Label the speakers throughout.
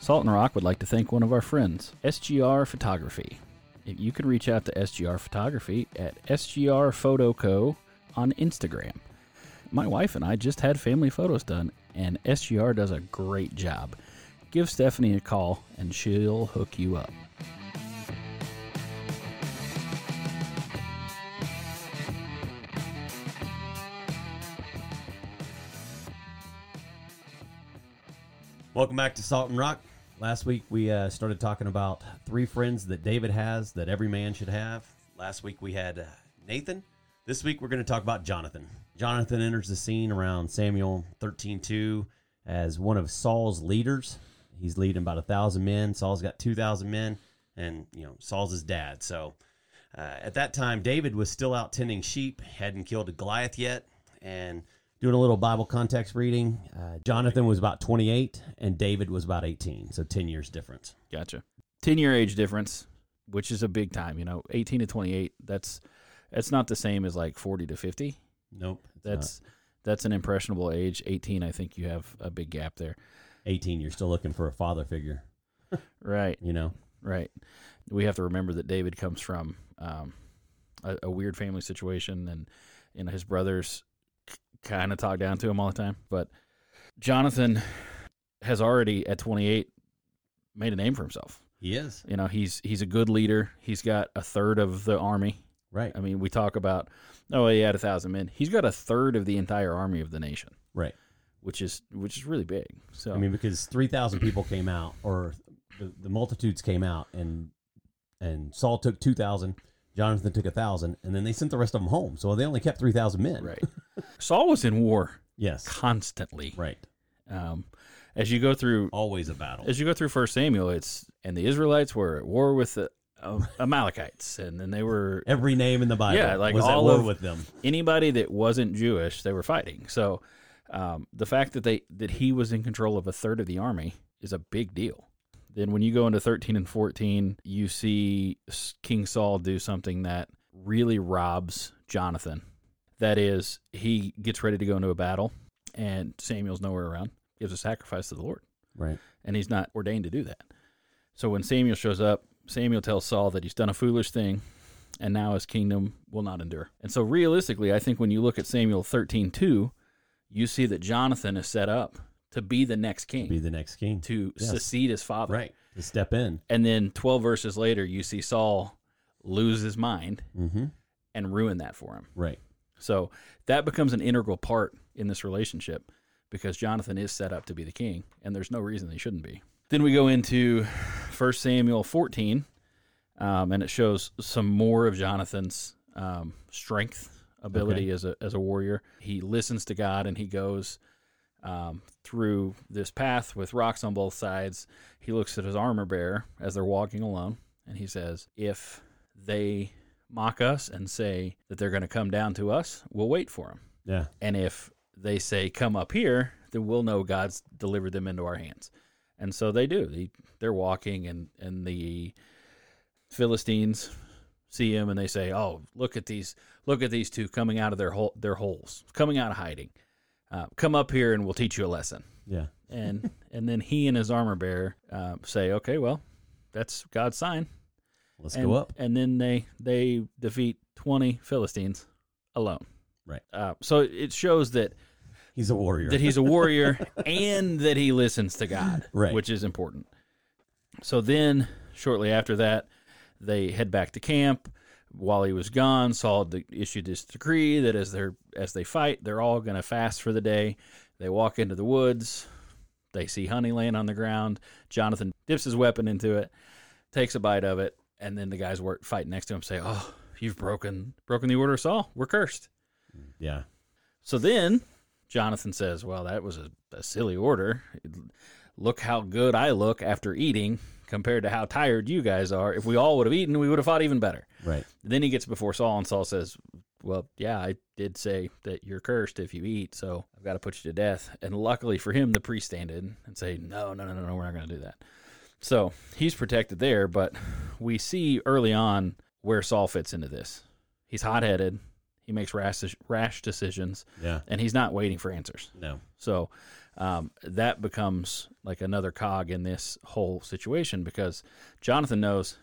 Speaker 1: Salt and Rock would like to thank one of our friends, SGR Photography. If you can reach out to SGR Photography at SGR Photo Co. on Instagram. My wife and I just had family photos done, and SGR does a great job. Give Stephanie a call, and she'll hook you up.
Speaker 2: Welcome back to Salt and Rock. Last week we uh, started talking about three friends that David has that every man should have. Last week we had uh, Nathan. This week we're going to talk about Jonathan. Jonathan enters the scene around Samuel 13:2 as one of Saul's leaders. He's leading about a thousand men. Saul's got two thousand men, and you know Saul's his dad. So uh, at that time, David was still out tending sheep, hadn't killed Goliath yet, and doing a little Bible context reading. Uh, Jonathan was about 28, and David was about 18, so 10 years difference.
Speaker 1: Gotcha. Ten year age difference, which is a big time. You know, eighteen to twenty eight. That's that's not the same as like forty to fifty.
Speaker 2: Nope, it's
Speaker 1: That's that's an impressionable age. Eighteen, I think you have a big gap there.
Speaker 2: not. 18. You're still looking for a father figure,
Speaker 1: Right,
Speaker 2: you know.
Speaker 1: right. We have to remember that David comes from um, a, a weird family situation, and you know his brothers kind of talk down to him all the time. But Jonathan has already at twenty eight made a name for himself.
Speaker 2: He is
Speaker 1: You know, he's he's a good leader. He's got a third of the army.
Speaker 2: right,
Speaker 1: I mean, we talk about, oh, he had a thousand men. He's got a third of the entire army of the nation,
Speaker 2: right.
Speaker 1: which is which is really big. So
Speaker 2: I mean, because 3,000 people came out, or the, the multitudes came out, and and Saul took 2,000, Jonathan took 1,000, and then they sent the rest of them home. So they only kept 3,000 men.
Speaker 1: right. Saul was in war
Speaker 2: Yes.
Speaker 1: constantly.
Speaker 2: Right.
Speaker 1: Um, as you go through,
Speaker 2: Always a battle.
Speaker 1: as you go through First Samuel, it's and the Israelites were at war with the uh, Amalekites, and then they were
Speaker 2: Every name in the Bible
Speaker 1: Yeah, like
Speaker 2: was at
Speaker 1: all
Speaker 2: war
Speaker 1: of-
Speaker 2: with them.
Speaker 1: anybody that wasn't Jewish they were fighting. So um, the fact that they that he was in control of a third of the army is a big deal. Then when you go into 13 and 14, you see S- King Saul do something that really robs Jonathan. That is, he gets ready to go into a battle, and Samuel's nowhere around. Gives a sacrifice to the Lord
Speaker 2: Right.
Speaker 1: and he's not ordained to do that. So when Samuel shows up, Samuel tells Saul that he's done a foolish thing and now his kingdom will not endure. And so realistically, I think when you look at Samuel 13:2, you see that Jonathan is set up to be the next king,
Speaker 2: Be the next king.
Speaker 1: to
Speaker 2: Yes.
Speaker 1: succeed his father.
Speaker 2: Right. To step in.
Speaker 1: And then 12 verses later, you see Saul lose his mind
Speaker 2: Mm-hmm.
Speaker 1: and ruin that for him.
Speaker 2: Right.
Speaker 1: So that becomes an integral part in this relationship because Jonathan is set up to be the king, and there's no reason they shouldn't be. Then we go into 1 Samuel 14, um, and it shows some more of Jonathan's um, strength, ability as, a, as a warrior. He listens to God and he goes um, through this path with rocks on both sides. He looks at his armor bearer as they're walking alone, and he says, If they mock us and say that they're going to come down to us, we'll wait for them.
Speaker 2: Yeah.
Speaker 1: And if they say, come up here, then we'll know God's delivered them into our hands. And so they do. They, they're walking, and, and the Philistines see him, and they say, "Oh, look at these! Look at these two coming out of their hole, their holes, coming out of hiding. Uh, come up here, and we'll teach you a lesson."
Speaker 2: Yeah.
Speaker 1: and and then he and his armor bearer uh, say, "Okay, well, that's God's sign."
Speaker 2: Let's
Speaker 1: and,
Speaker 2: go up.
Speaker 1: And then they they defeat twenty Philistines alone.
Speaker 2: Right.
Speaker 1: Uh, so it shows that
Speaker 2: He's a warrior.
Speaker 1: that he's a warrior and that he listens to God,
Speaker 2: Right.
Speaker 1: which is important. So then, shortly after that, they head back to camp. While he was gone, Saul de- issued this decree that as they as they fight, they're all going to fast for the day. They walk into the woods. They see honey laying on the ground. Jonathan dips his weapon into it, takes a bite of it, and then the guys were fighting next to him say, "Oh, you've broken broken the order of Saul. We're cursed."
Speaker 2: yeah.
Speaker 1: So then Jonathan says, Well, that was a, a silly order. Look how good I look after eating compared to how tired you guys are. If we all would have eaten, we would have fought even better.
Speaker 2: Right.
Speaker 1: Then he gets before Saul, and Saul says, Well, yeah, I did say that you're cursed if you eat, so I've got to put you to death. And luckily for him, the priest stand in and say, No, no, no, no, no, we're not going to do that. So he's protected there, but we see early on where Saul fits into this. He's hot headed, He makes rash, rash decisions,
Speaker 2: Yeah.
Speaker 1: and he's not waiting for answers.
Speaker 2: No.
Speaker 1: So um, that becomes like another cog in this whole situation because Jonathan knows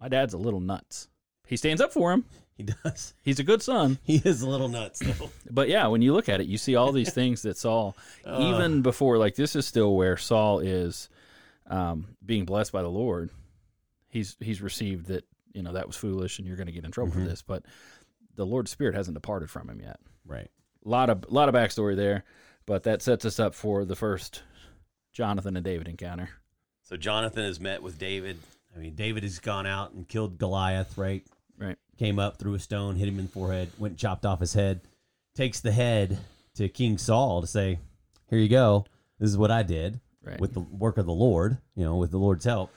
Speaker 1: my dad's a little nuts. He stands up for him.
Speaker 2: He does.
Speaker 1: He's a good son.
Speaker 2: He is a little nuts though.
Speaker 1: But yeah, when you look at it, you see all these things that Saul, even before, like this is still where Saul is um, being blessed by the Lord. He's he's received that you know that was foolish, and you're going to get in trouble for this. But the Lord's Spirit hasn't departed from him yet.
Speaker 2: right.
Speaker 1: A lot of lot of backstory there, but that sets us up for the first Jonathan and David encounter.
Speaker 2: So Jonathan has met with David. I mean, David has gone out and killed Goliath, right?
Speaker 1: Right.
Speaker 2: Came up, threw a stone, hit him in the forehead, went and chopped off his head, takes the head to King Saul to say, Here you go. This is what I did
Speaker 1: Right.
Speaker 2: with the work of the Lord, you know, with the Lord's help.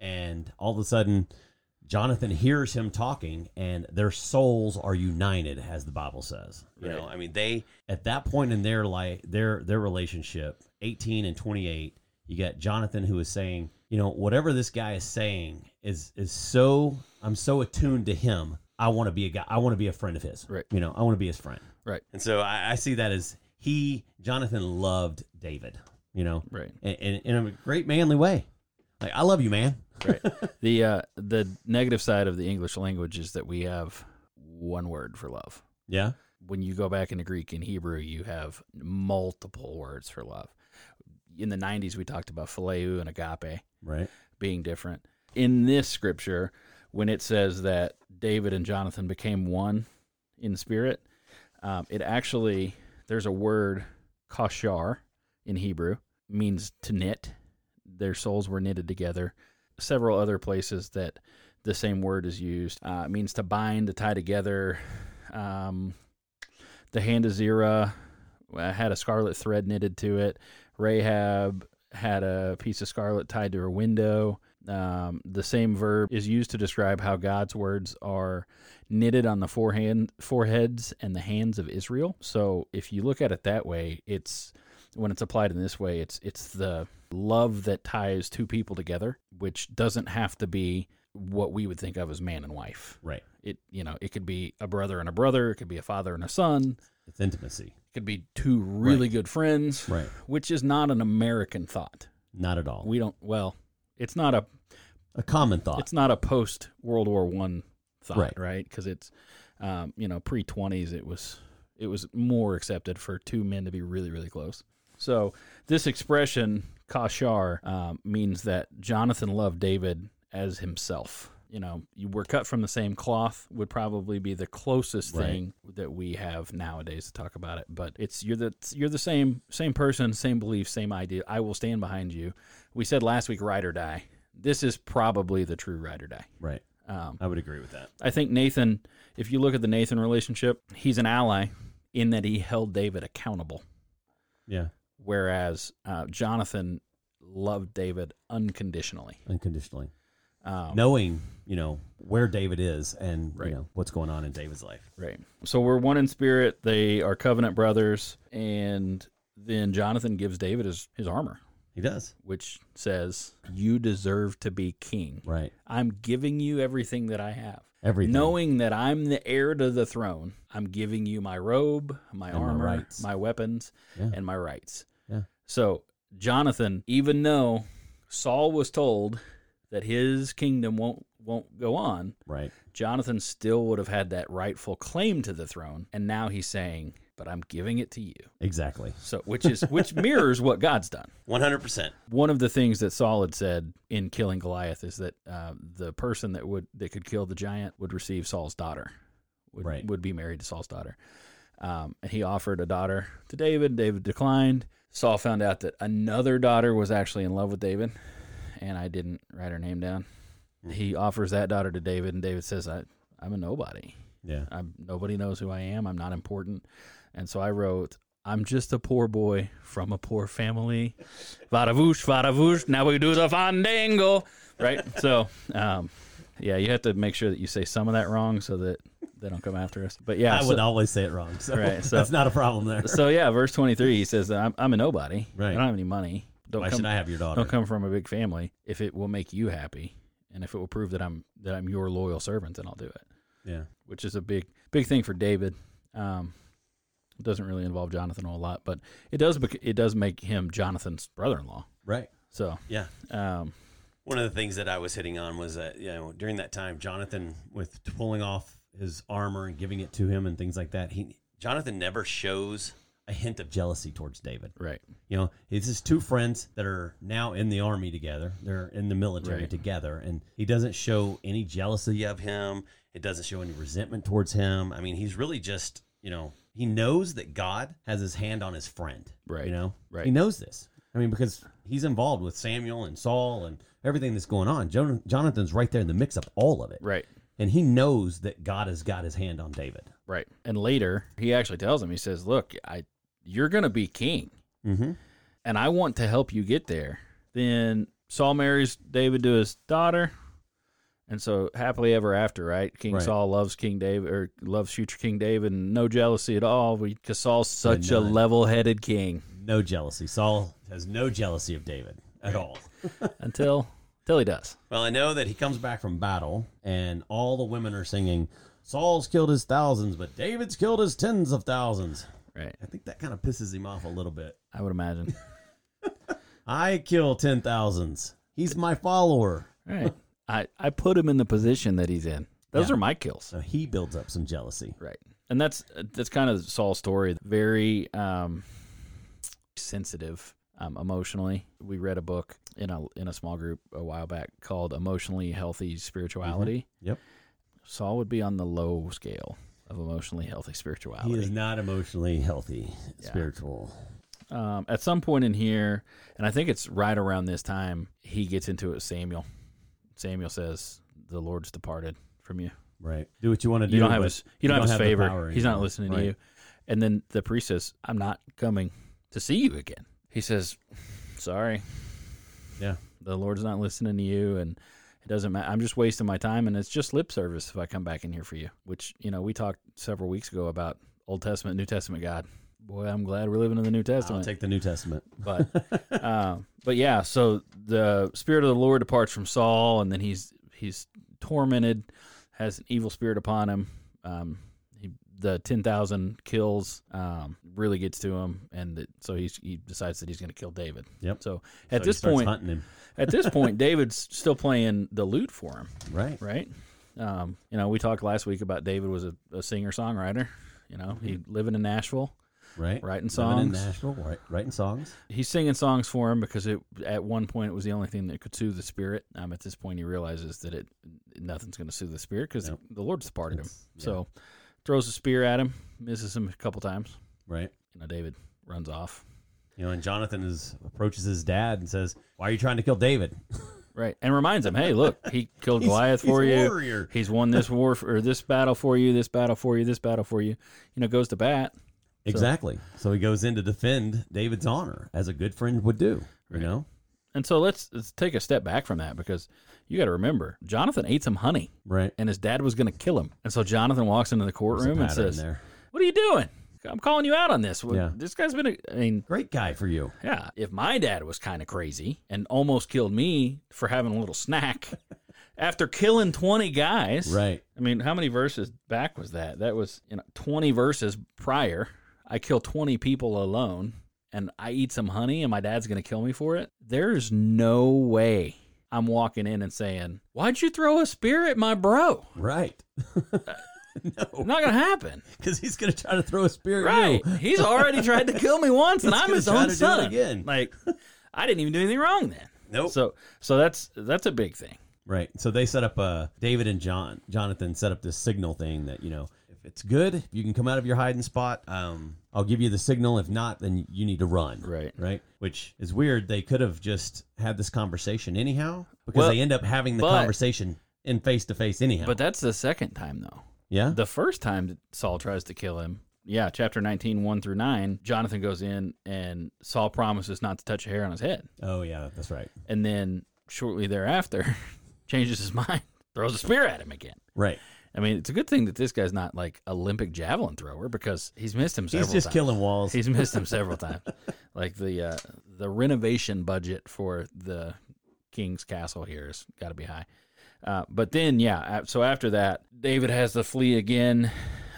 Speaker 2: And all of a sudden, Jonathan hears him talking, and their souls are united, as the Bible says. You know, I mean, they at that point in their life, their their relationship, eighteen and twenty eight, you got Jonathan who is saying, you know, whatever this guy is saying is is so I'm so attuned to him. I want to be a guy. I want to be a friend of his.
Speaker 1: Right.
Speaker 2: You know, I want to be his friend.
Speaker 1: Right.
Speaker 2: And so I, I see that as he Jonathan loved David. You know,
Speaker 1: Right.
Speaker 2: in, in, in a great manly way. Like, I love you, man.
Speaker 1: Right. the uh, the negative side of the English language is that we have one word for love.
Speaker 2: Yeah.
Speaker 1: when you go back into Greek and Hebrew, you have multiple words for love. In the 90s, we talked about phileu and agape
Speaker 2: Right.
Speaker 1: being different. In this scripture, when it says that David and Jonathan became one in spirit, um, it actually, there's a word, kashar, in Hebrew, means to knit. Their souls were knitted together. Several other places that the same word is used uh, it means to bind, to tie together. Um, the hand of Zerah uh, had a scarlet thread knitted to it. Rahab had a piece of scarlet tied to her window. Um, the same verb is used to describe how God's words are knitted on the forehand, foreheads and the hands of Israel. So if you look at it that way, it's when it's applied in this way, it's it's the love that ties two people together, which doesn't have to be what we would think of as man and wife.
Speaker 2: Right.
Speaker 1: It you know it could be a brother and a brother, it could be a father and a son,
Speaker 2: It's intimacy.
Speaker 1: it could be two really good friends,
Speaker 2: Right.
Speaker 1: which is not an American thought.
Speaker 2: Not at all.
Speaker 1: We don't. Well, it's not a
Speaker 2: a common thought.
Speaker 1: it's not a post World War One thought,
Speaker 2: Right.
Speaker 1: right? Because it's um, you know pre twenties, it was it was more accepted for two men to be really really close. So this expression kashar um, means that Jonathan loved David as himself. You know, you were cut from the same cloth would probably be the closest
Speaker 2: Right.
Speaker 1: thing that we have nowadays to talk about it. But it's you're the you're the same same person, same belief, same idea. I will stand behind you. We said last week, ride or die. This is probably the true ride or die.
Speaker 2: right.
Speaker 1: Um,
Speaker 2: I would agree with that.
Speaker 1: I think Nathan, if you look at the Nathan relationship, he's an ally in that he held David accountable,
Speaker 2: Yeah.
Speaker 1: whereas uh, Jonathan loved David unconditionally.
Speaker 2: Unconditionally.
Speaker 1: Um,
Speaker 2: Knowing, you know, where David is and,
Speaker 1: Right.
Speaker 2: you know, what's going on in David's life.
Speaker 1: Right. So we're one in spirit. They are covenant brothers. And then Jonathan gives David his, his armor,
Speaker 2: He does.
Speaker 1: which says, You deserve to be king.
Speaker 2: Right.
Speaker 1: I'm giving you everything that I have.
Speaker 2: Everything.
Speaker 1: Knowing that I'm the heir to the throne, I'm giving you my robe, my
Speaker 2: my
Speaker 1: armor, my,
Speaker 2: rights.
Speaker 1: weapons,
Speaker 2: Yeah.
Speaker 1: and my rights.
Speaker 2: Yeah.
Speaker 1: So, Jonathan, even though Saul was told that his kingdom won't won't go on,
Speaker 2: Right.
Speaker 1: Jonathan still would have had that rightful claim to the throne, and now he's saying, "But I'm giving it to you."
Speaker 2: Exactly.
Speaker 1: So, which is which mirrors what God's done.
Speaker 2: 100%.
Speaker 1: One of the things that Saul had said in killing Goliath is that uh, the person that would that could kill the giant would receive Saul's daughter, would,
Speaker 2: Right.
Speaker 1: would be married to Saul's daughter. Um, and he offered a daughter to David. David declined. Saul found out that another daughter was actually in love with David, and I didn't write her name down. He offers that daughter to David, and David says, I, "I'm a nobody.
Speaker 2: Yeah.
Speaker 1: I'm nobody knows who I am. I'm not important. And so I wrote, I'm just a poor boy from a poor family. Vadavush, vadavush. Now we do the fandango. Right. So, um, yeah, you have to make sure that you say some of that wrong so that they don't come after us. But yeah,
Speaker 2: I
Speaker 1: so,
Speaker 2: would always say it wrong. So,
Speaker 1: Right, so-
Speaker 2: that's not a problem there.
Speaker 1: so yeah, verse 23, he says, that I'm, I'm a nobody.
Speaker 2: Right.
Speaker 1: I don't have any money. Don't
Speaker 2: Why
Speaker 1: come,
Speaker 2: should I have your daughter?
Speaker 1: don't come from a big family if it will make you happy and if it will prove that I'm that I'm your loyal servant, then I'll do it.
Speaker 2: Yeah.
Speaker 1: which is a big big thing for David. Um, it doesn't really involve Jonathan a whole lot, but it does. bec- It does make him Jonathan's brother-in-law.
Speaker 2: Right.
Speaker 1: So,
Speaker 2: Yeah.
Speaker 1: um,
Speaker 2: One of the things that I was hitting on was that you know during that time, Jonathan with pulling off his armor and giving it to him and things like that. He Jonathan never shows a hint of jealousy towards David.
Speaker 1: right,
Speaker 2: You know, it's just two friends that are now in the army together. They're in the military
Speaker 1: Right.
Speaker 2: together, and he doesn't show any jealousy of him. It doesn't show any resentment towards him. I mean, he's really just you know he knows that God has his hand on his friend.
Speaker 1: Right.
Speaker 2: You know.
Speaker 1: Right.
Speaker 2: He knows this. I mean, because he's involved with Samuel and Saul and everything that's going on. Jon- Jonathan's right there in the mix of all of it,
Speaker 1: right,
Speaker 2: and he knows that God has got his hand on David.
Speaker 1: right. And later, he actually tells him. He says, "Look, I, you're going to be king,
Speaker 2: Mm-hmm.
Speaker 1: and I want to help you get there." Then Saul marries David to his daughter, and so happily ever after, right? King
Speaker 2: Right.
Speaker 1: Saul loves King David or loves future King David, and no jealousy at all because Saul's such a
Speaker 2: none.
Speaker 1: level-headed king.
Speaker 2: No jealousy. Saul has no jealousy of David at all.
Speaker 1: until until he does.
Speaker 2: Well, I know that he comes back from battle, and all the women are singing, Saul's killed his thousands, but David's killed his tens of thousands.
Speaker 1: Right.
Speaker 2: I think that kind of pisses him off a little bit.
Speaker 1: I would imagine.
Speaker 2: I kill ten thousands. He's my follower.
Speaker 1: Right. I I put him in the position that he's in. Those
Speaker 2: Yeah.
Speaker 1: are my kills.
Speaker 2: So he builds up some jealousy.
Speaker 1: Right. And that's that's kind of Saul's story. Very um sensitive um, emotionally. We read a book in a in a small group a while back called Emotionally Healthy Spirituality.
Speaker 2: Yep.
Speaker 1: Saul would be on the low scale of emotionally healthy
Speaker 2: He
Speaker 1: spirituality.
Speaker 2: is not emotionally healthy,
Speaker 1: Yeah.
Speaker 2: spiritual.
Speaker 1: um, at some point in here, and I think it's right around this time, he gets into it with Samuel. Samuel says, "The Lord's departed from you.
Speaker 2: Right. Do what you want to do.
Speaker 1: You don't have
Speaker 2: but
Speaker 1: his. You don't, have his
Speaker 2: the
Speaker 1: favor.
Speaker 2: power
Speaker 1: He's not
Speaker 2: anymore.
Speaker 1: listening
Speaker 2: Right.
Speaker 1: to you." And then the priest says, "I'm not coming to see you again." He says, "Sorry,
Speaker 2: Yeah.
Speaker 1: the Lord's not listening to you, and it doesn't matter. I'm just wasting my time, and it's just lip service if I come back in here for you." Which you know we talked several weeks ago about Old Testament, New Testament God. Boy, I'm glad we're living in the New Testament
Speaker 2: I'll take the New Testament.
Speaker 1: but um, but yeah so the spirit of the lord departs from saul and then he's he's tormented has an evil spirit upon him um, he, the 10000 kills um, really gets to him and it, so he's, he decides that he's going to kill david
Speaker 2: Yep.
Speaker 1: so at
Speaker 2: So he
Speaker 1: this
Speaker 2: starts
Speaker 1: point
Speaker 2: hunting him.
Speaker 1: at this point david's still playing the lute for him
Speaker 2: Right.
Speaker 1: right um, you know we talked last week about david was a, a singer songwriter you know he living in nashville
Speaker 2: Right.
Speaker 1: Writing
Speaker 2: Mm-hmm. Living in
Speaker 1: songs.
Speaker 2: Nashville, right, writing songs.
Speaker 1: he's singing songs for him because it at one point it was the only thing that could soothe the spirit. Um, at this point, he realizes that it nothing's going to soothe the spirit because
Speaker 2: Nope.
Speaker 1: the Lord's departed him.
Speaker 2: It's- yeah.
Speaker 1: So throws a spear at him, misses him a couple times.
Speaker 2: Right.
Speaker 1: You know, David runs off.
Speaker 2: You know, and Jonathan is approaches his dad and says, "Why are you trying to kill David?
Speaker 1: Right, and reminds him, "Hey, look, he killed
Speaker 2: He's-
Speaker 1: Goliath
Speaker 2: he's
Speaker 1: for you.
Speaker 2: warrior."
Speaker 1: He's won this war for, or this battle for you. This battle for you. This battle for you. You know, goes to bat.
Speaker 2: Exactly. So he goes in to defend David's honor as a good friend would do. You know,
Speaker 1: And so let's, let's take a step back from that because you got to remember, Jonathan ate some honey,
Speaker 2: right?
Speaker 1: and his dad was going to kill him. And so Jonathan walks into the courtroom and
Speaker 2: Pattern
Speaker 1: says,
Speaker 2: there.
Speaker 1: What are you doing? I'm calling you out on this. Well,
Speaker 2: Yeah.
Speaker 1: This guy's been, a, I mean,
Speaker 2: Great guy for you.
Speaker 1: yeah, if my dad was kind of crazy and almost killed me for having a little snack after killing 20 guys.
Speaker 2: Right.
Speaker 1: I mean, how many verses back was that? That was, you know, 20 verses prior. I kill 20 people alone and I eat some honey and my dad's going to kill me for it. There's no way I'm walking in and saying, Why'd you throw a spear at my bro?
Speaker 2: Right.
Speaker 1: Not going to happen.
Speaker 2: Because he's going to try to throw a spear at you.
Speaker 1: Right. He's already tried to kill me once, and
Speaker 2: He's
Speaker 1: I'm
Speaker 2: gonna
Speaker 1: his
Speaker 2: try
Speaker 1: own
Speaker 2: to do it
Speaker 1: son.
Speaker 2: again.
Speaker 1: Like, I didn't even do anything wrong then.
Speaker 2: Nope.
Speaker 1: So, so that's that's a big thing.
Speaker 2: Right. So they set up uh David and John Jonathan set up this signal thing that, you know, if it's good, if you can come out of your hiding spot, um, I'll give you the signal. If not, then you need to run.
Speaker 1: Right.
Speaker 2: Right. Which is weird. They could have just had this conversation anyhow because
Speaker 1: Well,
Speaker 2: they end up having the
Speaker 1: but-
Speaker 2: conversation in face to face anyhow.
Speaker 1: But that's the second time though.
Speaker 2: yeah.
Speaker 1: The first time that Saul tries to kill him, yeah, chapter 19, 1 through 9, Jonathan goes in and Saul promises not to touch a hair on his head.
Speaker 2: oh, yeah. That's right.
Speaker 1: And then shortly thereafter, changes his mind, throws a spear at him again.
Speaker 2: Right.
Speaker 1: I mean, it's a good thing that this guy's not like Olympic javelin thrower because he's missed him several
Speaker 2: He's just
Speaker 1: times.
Speaker 2: killing walls.
Speaker 1: He's missed him several times. Like the uh, the renovation budget for the king's castle here has got to be high. Uh, but then, yeah. a- So after that, David has to flee again.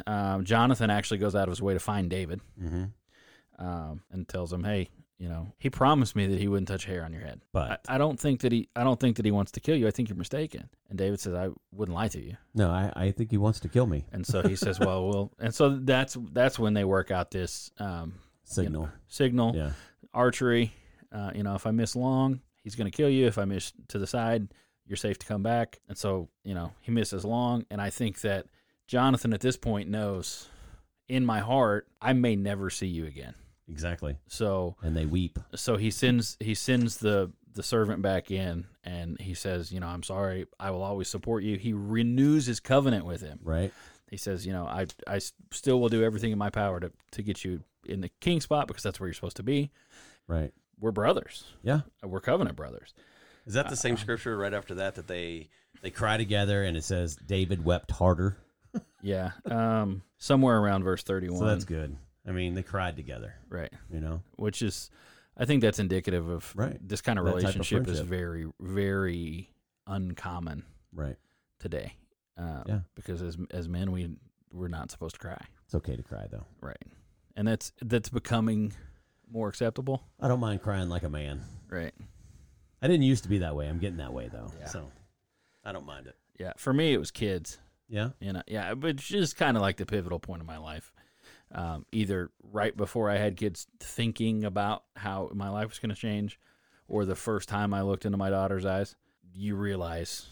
Speaker 1: Um, Jonathan actually goes out of his way to find David
Speaker 2: Mm-hmm.
Speaker 1: um, and tells him, "Hey, you know, he promised me that he wouldn't touch a hair on your head. I,
Speaker 2: But
Speaker 1: I don't think that he, I don't think that he wants to kill you. I think you're mistaken." And David says, "I wouldn't lie to you."
Speaker 2: no, I, I think he wants to kill me.
Speaker 1: And so he says, "Well, well." And so that's that's when they work out this um,
Speaker 2: Signal.
Speaker 1: signal
Speaker 2: Yeah.
Speaker 1: archery. Uh, you know, if I miss long, he's going to kill you. If I miss to the side, you're safe to come back. And so, you know, he misses long. And I think that Jonathan at this point knows in my heart, I may never see you again.
Speaker 2: Exactly.
Speaker 1: So,
Speaker 2: And they weep.
Speaker 1: so he sends, he sends the, the servant back in and he says, you know, I'm sorry, I will always support you. He renews his covenant with him.
Speaker 2: Right.
Speaker 1: He says, you know, I, I s- still will do everything in my power to, to get you in the king spot because that's where you're supposed to be.
Speaker 2: Right.
Speaker 1: We're brothers
Speaker 2: Yeah.
Speaker 1: we're covenant brothers.
Speaker 2: Is that the
Speaker 1: Uh-huh.
Speaker 2: same scripture right after that that they they cry together and it says David wept harder?
Speaker 1: Yeah, um, somewhere around verse thirty-one.
Speaker 2: So that's good. I mean, they cried together.
Speaker 1: right?
Speaker 2: You know.
Speaker 1: Which is, I think that's indicative of
Speaker 2: Right.
Speaker 1: this kind of
Speaker 2: That type of
Speaker 1: relationship is
Speaker 2: friendship.
Speaker 1: very, very uncommon
Speaker 2: Right.
Speaker 1: today. Um,
Speaker 2: Yeah.
Speaker 1: Because as as men, we we're not supposed to cry,
Speaker 2: It's okay to cry though.
Speaker 1: right? And that's that's becoming more acceptable,
Speaker 2: I don't mind crying like a man.
Speaker 1: right?
Speaker 2: I didn't used to be that way. I'm getting that way though.
Speaker 1: Yeah.
Speaker 2: So I don't mind it.
Speaker 1: Yeah. For me, it was kids.
Speaker 2: Yeah.
Speaker 1: you know yeah but it's just kind of like the pivotal point of my life um, either right before i had kids thinking about how my life was going to change or the first time i looked into my daughter's eyes you realize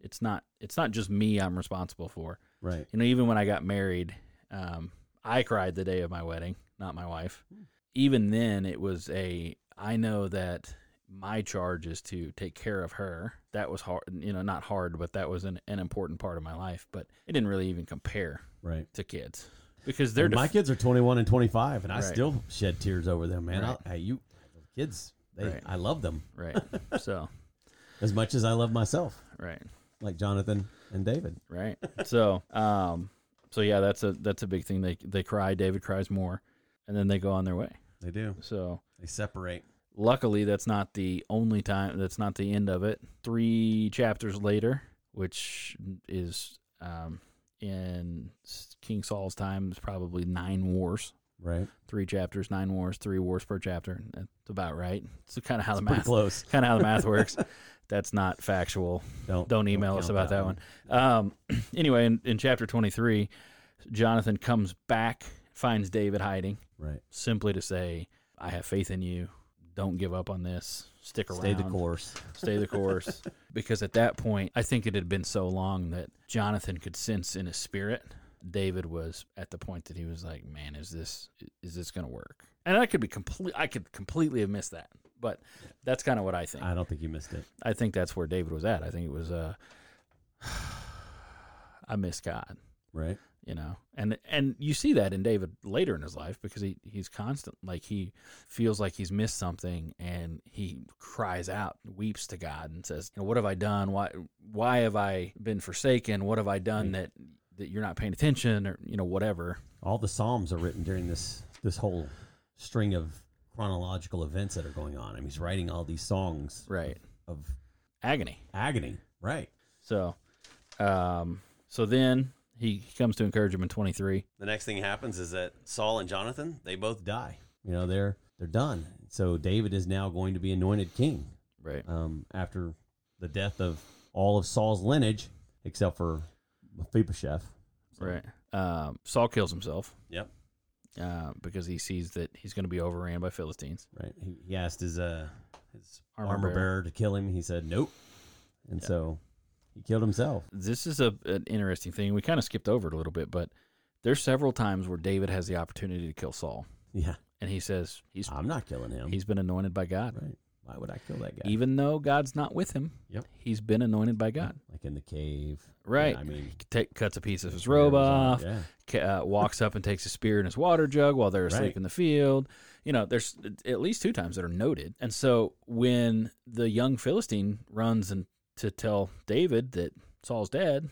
Speaker 1: it's not it's not just me i'm responsible for
Speaker 2: Right.
Speaker 1: you know even when i got married um, i cried the day of my wedding not my wife even then it was a i know that my charge is to take care of her that was hard you know not hard but that was an, an important part of my life but it didn't really even compare
Speaker 2: Right.
Speaker 1: to kids because they're
Speaker 2: my
Speaker 1: def-
Speaker 2: kids are 21 and 25 and I
Speaker 1: Right.
Speaker 2: still shed tears over them, man.
Speaker 1: Right.
Speaker 2: I, I you kids, they,
Speaker 1: Right.
Speaker 2: I love them
Speaker 1: right so
Speaker 2: as much as I love myself,
Speaker 1: right
Speaker 2: like Jonathan and David.
Speaker 1: right so um so yeah that's a that's a big thing they they cry david cries more and then they go on their way
Speaker 2: They do.
Speaker 1: so
Speaker 2: They separate.
Speaker 1: luckily that's not the only time that's not the end of it three chapters later which is um, in king saul's time it's probably nine wars
Speaker 2: Right.
Speaker 1: three chapters nine wars three wars per chapter that's about right it's kind of how the
Speaker 2: Pretty
Speaker 1: math
Speaker 2: close.
Speaker 1: kind of how the math works that's not factual don't email us
Speaker 2: count
Speaker 1: about that, one. Um, anyway in, in chapter 23 jonathan comes back finds david hiding
Speaker 2: Right.
Speaker 1: simply to say, I have faith in you. Don't give up on this. Stick around.
Speaker 2: Stay the course.
Speaker 1: Stay the course. because at that point, I think it had been so long that Jonathan could sense in his spirit David was at the point that he was like, "Man, is this is this going to work?" And I could be complete. I could completely have missed that, but that's kind of what I think.
Speaker 2: I don't think you missed it.
Speaker 1: I think that's where David was at. I think it was, uh, I miss God
Speaker 2: Right.
Speaker 1: you know and and you see that in david later in his life because he he's constant like he feels like he's missed something and he cries out weeps to god and says you know, what have i done why why have i been forsaken what have i done that that you're not paying attention or you know whatever
Speaker 2: All the Psalms are written during this this whole string of chronological events that are going on. I mean, he's writing all these songs
Speaker 1: right
Speaker 2: of
Speaker 1: agony
Speaker 2: agony. Right.
Speaker 1: so um so then he, he comes to encourage him in 23
Speaker 3: The next thing happens is that Saul and Jonathan, they both die.
Speaker 2: Die. You know, they're they're done. So David is now going to be anointed king
Speaker 1: right
Speaker 2: um, after the death of all of Saul's lineage, except for Mephibosheth.
Speaker 1: right um saul kills himself
Speaker 3: Yep.
Speaker 1: uh, because he sees that he's going to be overran by philistines
Speaker 2: Right. He, he asked his uh his
Speaker 1: Armor
Speaker 2: armor,
Speaker 1: bearer.
Speaker 2: bearer. to kill him. He said nope, and
Speaker 1: Yeah.
Speaker 2: so he killed himself.
Speaker 1: this is a an interesting thing. We kind of skipped over it a little bit, but there's several times where David has the opportunity to kill Saul,
Speaker 2: Yeah,
Speaker 1: and he says he's
Speaker 2: I'm not killing him.
Speaker 1: he's been anointed by God,
Speaker 2: Ah, um, right. Why would I kill that guy?
Speaker 1: even though God's not with him.
Speaker 2: Yep.
Speaker 1: he's been anointed by God.
Speaker 2: like in the cave.
Speaker 1: Right.
Speaker 2: I mean,
Speaker 1: Take, cuts a piece of his robe off,
Speaker 2: Yeah.
Speaker 1: ca- uh, walks up and takes a spear in his water jug while they're asleep
Speaker 2: Right.
Speaker 1: in the field. You know, there's at least two times that are noted. And so when the young Philistine runs and to tell David that Saul's dead,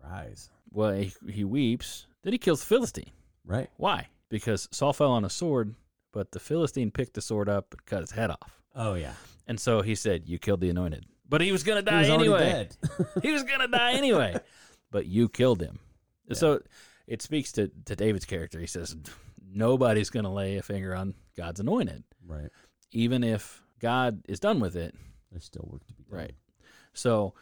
Speaker 2: Cries.
Speaker 1: well, he, he weeps. Then he kills the Philistine.
Speaker 2: Right.
Speaker 1: Why? Because Saul fell on a sword, but the Philistine picked the sword up and cut his head off.
Speaker 2: Oh yeah.
Speaker 1: And so he said, "You killed the anointed." But he was going to
Speaker 2: He
Speaker 1: die
Speaker 2: was already
Speaker 1: anyway.
Speaker 2: dead.
Speaker 1: he was going to die anyway. But you killed him. So it speaks to, to David's character. He says, Nobody's going to lay a finger on God's anointed,
Speaker 2: Right.
Speaker 1: even if God is done with it.
Speaker 2: There's still work to be done.
Speaker 1: Right. So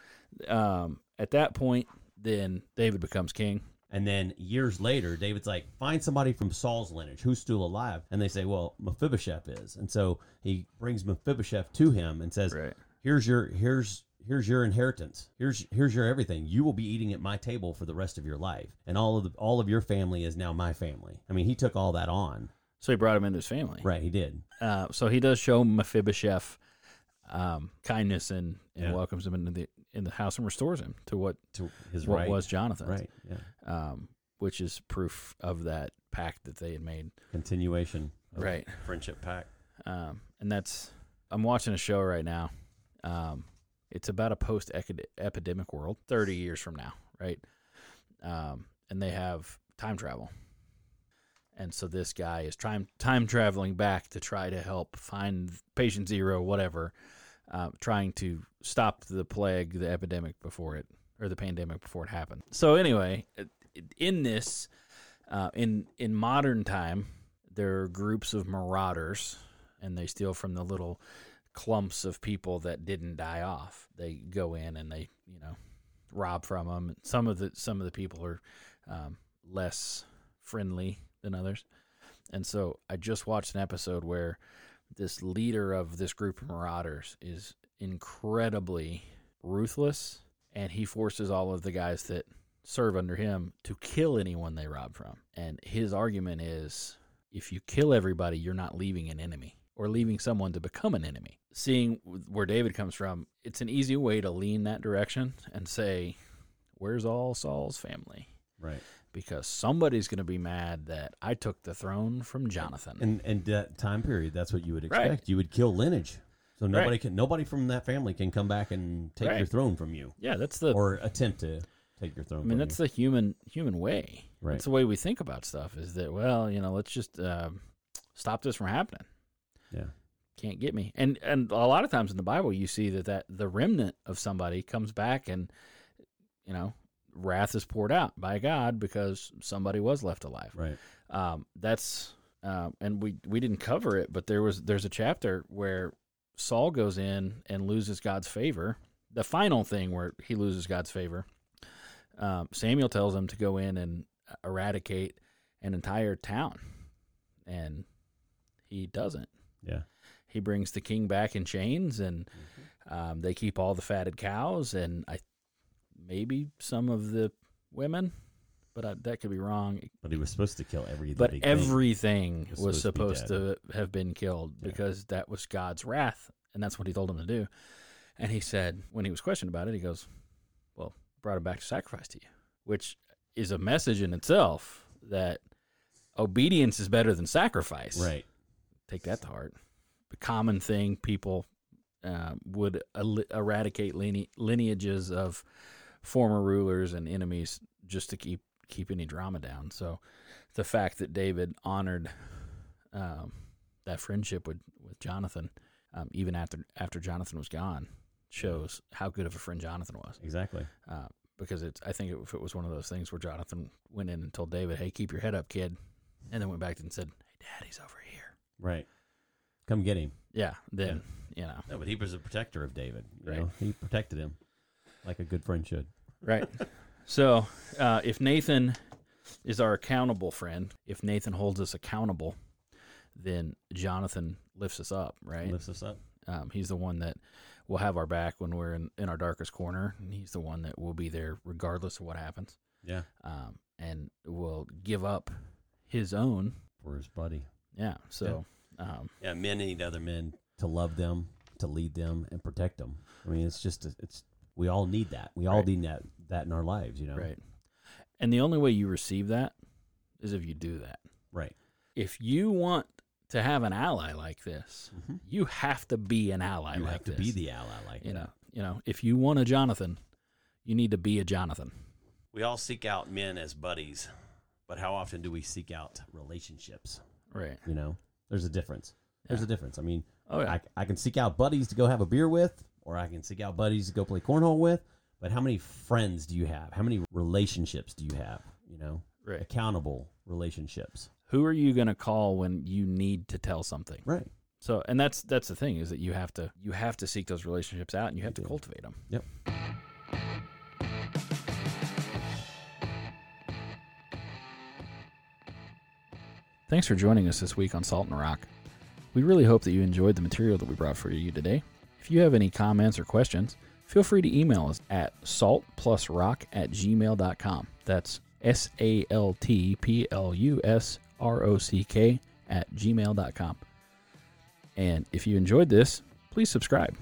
Speaker 1: um, at that point, then David becomes king.
Speaker 2: And then years later, David's like, find somebody from Saul's lineage who's still alive. And they say, well, Mephibosheth is. And so he brings Mephibosheth to him and says,
Speaker 1: Right.
Speaker 2: here's your here's here's your inheritance. Here's here's your everything. You will be eating at my table for the rest of your life, and all of the, all of your family is now my family. I mean, he took all that on.
Speaker 1: So he brought him into his family.
Speaker 2: Right, he did.
Speaker 1: Uh, so he does show Mephibosheth um, kindness and, and
Speaker 2: Yeah.
Speaker 1: welcomes him into the in the house and restores him to what
Speaker 2: To his
Speaker 1: what
Speaker 2: right.
Speaker 1: was Jonathan's,
Speaker 2: right, yeah.
Speaker 1: um, which is proof of that pact that they had made.
Speaker 2: Continuation. of
Speaker 1: Right.
Speaker 3: Friendship pack.
Speaker 1: Um, and that's I'm watching a show right now. Um, it's about a post epidemic world, 30 years from now, right? Um, and they have time travel. And so this guy is time time traveling back to try to help find patient zero, whatever, uh, trying to stop the plague, the epidemic before it or the pandemic before it happened. So anyway, it- it- in this, uh, in in modern time, there are groups of marauders and they steal from the little clumps of people that didn't die off. They go in and they, you know, rob from them. Some of the some of the people are um, less friendly than others, and so I just watched an episode where this leader of this group of marauders is incredibly ruthless, and he forces all of the guys that serve under him to kill anyone they rob from. And his argument is if you kill everybody, you're not leaving an enemy or leaving someone to become an enemy. Seeing where David comes from, it's an easy way to lean that direction and say, Where's all Saul's family?
Speaker 2: Right.
Speaker 1: Because somebody's going to be mad that I took the throne from Jonathan.
Speaker 2: And and that time period, that's what you would
Speaker 1: Right.
Speaker 2: expect. You would kill lineage. So nobody
Speaker 1: Right.
Speaker 2: can nobody from that family can come back and take your
Speaker 1: Right.
Speaker 2: throne from you
Speaker 1: yeah, that's the.
Speaker 2: or attempt to take your throne
Speaker 1: I mean,
Speaker 2: from
Speaker 1: that's
Speaker 2: you.
Speaker 1: the human human way.
Speaker 2: Right.
Speaker 1: That's the way we think about stuff. Is that well, you know, let's just uh, stop this from happening.
Speaker 2: Yeah.
Speaker 1: can't get me. And and a lot of times in the Bible, you see that that the remnant of somebody comes back, and you know, wrath is poured out by God because somebody was left alive.
Speaker 2: Right.
Speaker 1: Um, that's um, and we we didn't cover it, but there was there's a chapter where Saul goes in and loses God's favor. The final thing where he loses God's favor, um, Samuel tells him to go in and eradicate an entire town, and he doesn't
Speaker 2: Yeah.
Speaker 1: he brings the king back in chains and um, they keep all the fatted cows and I maybe some of the women but I, that could be wrong
Speaker 2: But he was supposed to kill every
Speaker 1: but
Speaker 2: living thing.
Speaker 1: everything
Speaker 2: was
Speaker 1: was
Speaker 2: supposed
Speaker 1: supposed
Speaker 2: to be
Speaker 1: to have been killed
Speaker 2: Yeah.
Speaker 1: because that was God's wrath and that's what he told him to do and he said when he was questioned about it he goes well brought him back to sacrifice to you which is a message in itself that obedience is better than sacrifice
Speaker 2: right.
Speaker 1: take that to heart. The common thing people uh, would el- eradicate line- lineages of former rulers and enemies just to keep keep any drama down. So the fact that David honored um, that friendship with with Jonathan, um, even after after Jonathan was gone, shows how good of a friend Jonathan was.
Speaker 2: Exactly.
Speaker 1: Uh, because it's, I think if it was one of those things where Jonathan went in and told David, "Hey, keep your head up, kid," and then went back and said, "Hey, Daddy's over here."
Speaker 2: Right. Come get him.
Speaker 1: Yeah, then you know,
Speaker 3: No, but he was a protector.
Speaker 2: Protector of David. You
Speaker 1: Right.
Speaker 2: know, he protected him like a good friend should.
Speaker 1: right? so, uh, if Nathan is our accountable friend, if Nathan holds us accountable, then Jonathan lifts us up, right?
Speaker 2: Lifts us up.
Speaker 1: Um, he's the one that will have our back when we're in, in our darkest corner, and he's the one that will be there regardless of what happens,
Speaker 2: Yeah.
Speaker 1: um, and will give up his own.
Speaker 2: For his buddy.
Speaker 1: Yeah, so. Um,
Speaker 3: Yeah, men need other men.
Speaker 2: Men to love them, to lead them, and protect them. I mean, it's just it's we all need that. We all
Speaker 1: Right.
Speaker 2: need that that in our lives. You know.
Speaker 1: Right. And the only way you receive that is if you do that.
Speaker 2: Right.
Speaker 1: If you want to have an ally like this, you have to be an ally
Speaker 2: Mm-hmm. You
Speaker 1: like
Speaker 2: have to
Speaker 1: this.
Speaker 2: be the ally like
Speaker 1: you
Speaker 2: that.
Speaker 1: know, you know, if you want a Jonathan, you need to be a Jonathan.
Speaker 3: We all seek out men as buddies.
Speaker 2: But how often do we seek out relationships?
Speaker 1: Right.
Speaker 2: You know, there's a difference. There's
Speaker 1: Yeah.
Speaker 2: a difference. I mean,
Speaker 1: Oh yeah.
Speaker 2: I, I can seek out buddies to go have a beer with, or I can seek out buddies to go play cornhole with. But how many friends do you have? How many relationships do you have? You know,
Speaker 1: Right.
Speaker 2: accountable relationships.
Speaker 1: Who are you going to call when you need to tell something?
Speaker 2: Right.
Speaker 1: So, and that's that's the thing is that you have to you have to seek those relationships out and you have to
Speaker 2: do.
Speaker 1: cultivate them.
Speaker 2: Yep.
Speaker 1: Thanks for joining us this week on Salt and Rock. We really hope that you enjoyed the material that we brought for you today. If you have any comments or questions, feel free to email us at saltplusrock at gmail.com. That's S A L T P L U S R O C K at gmail.com. And if you enjoyed this, please subscribe.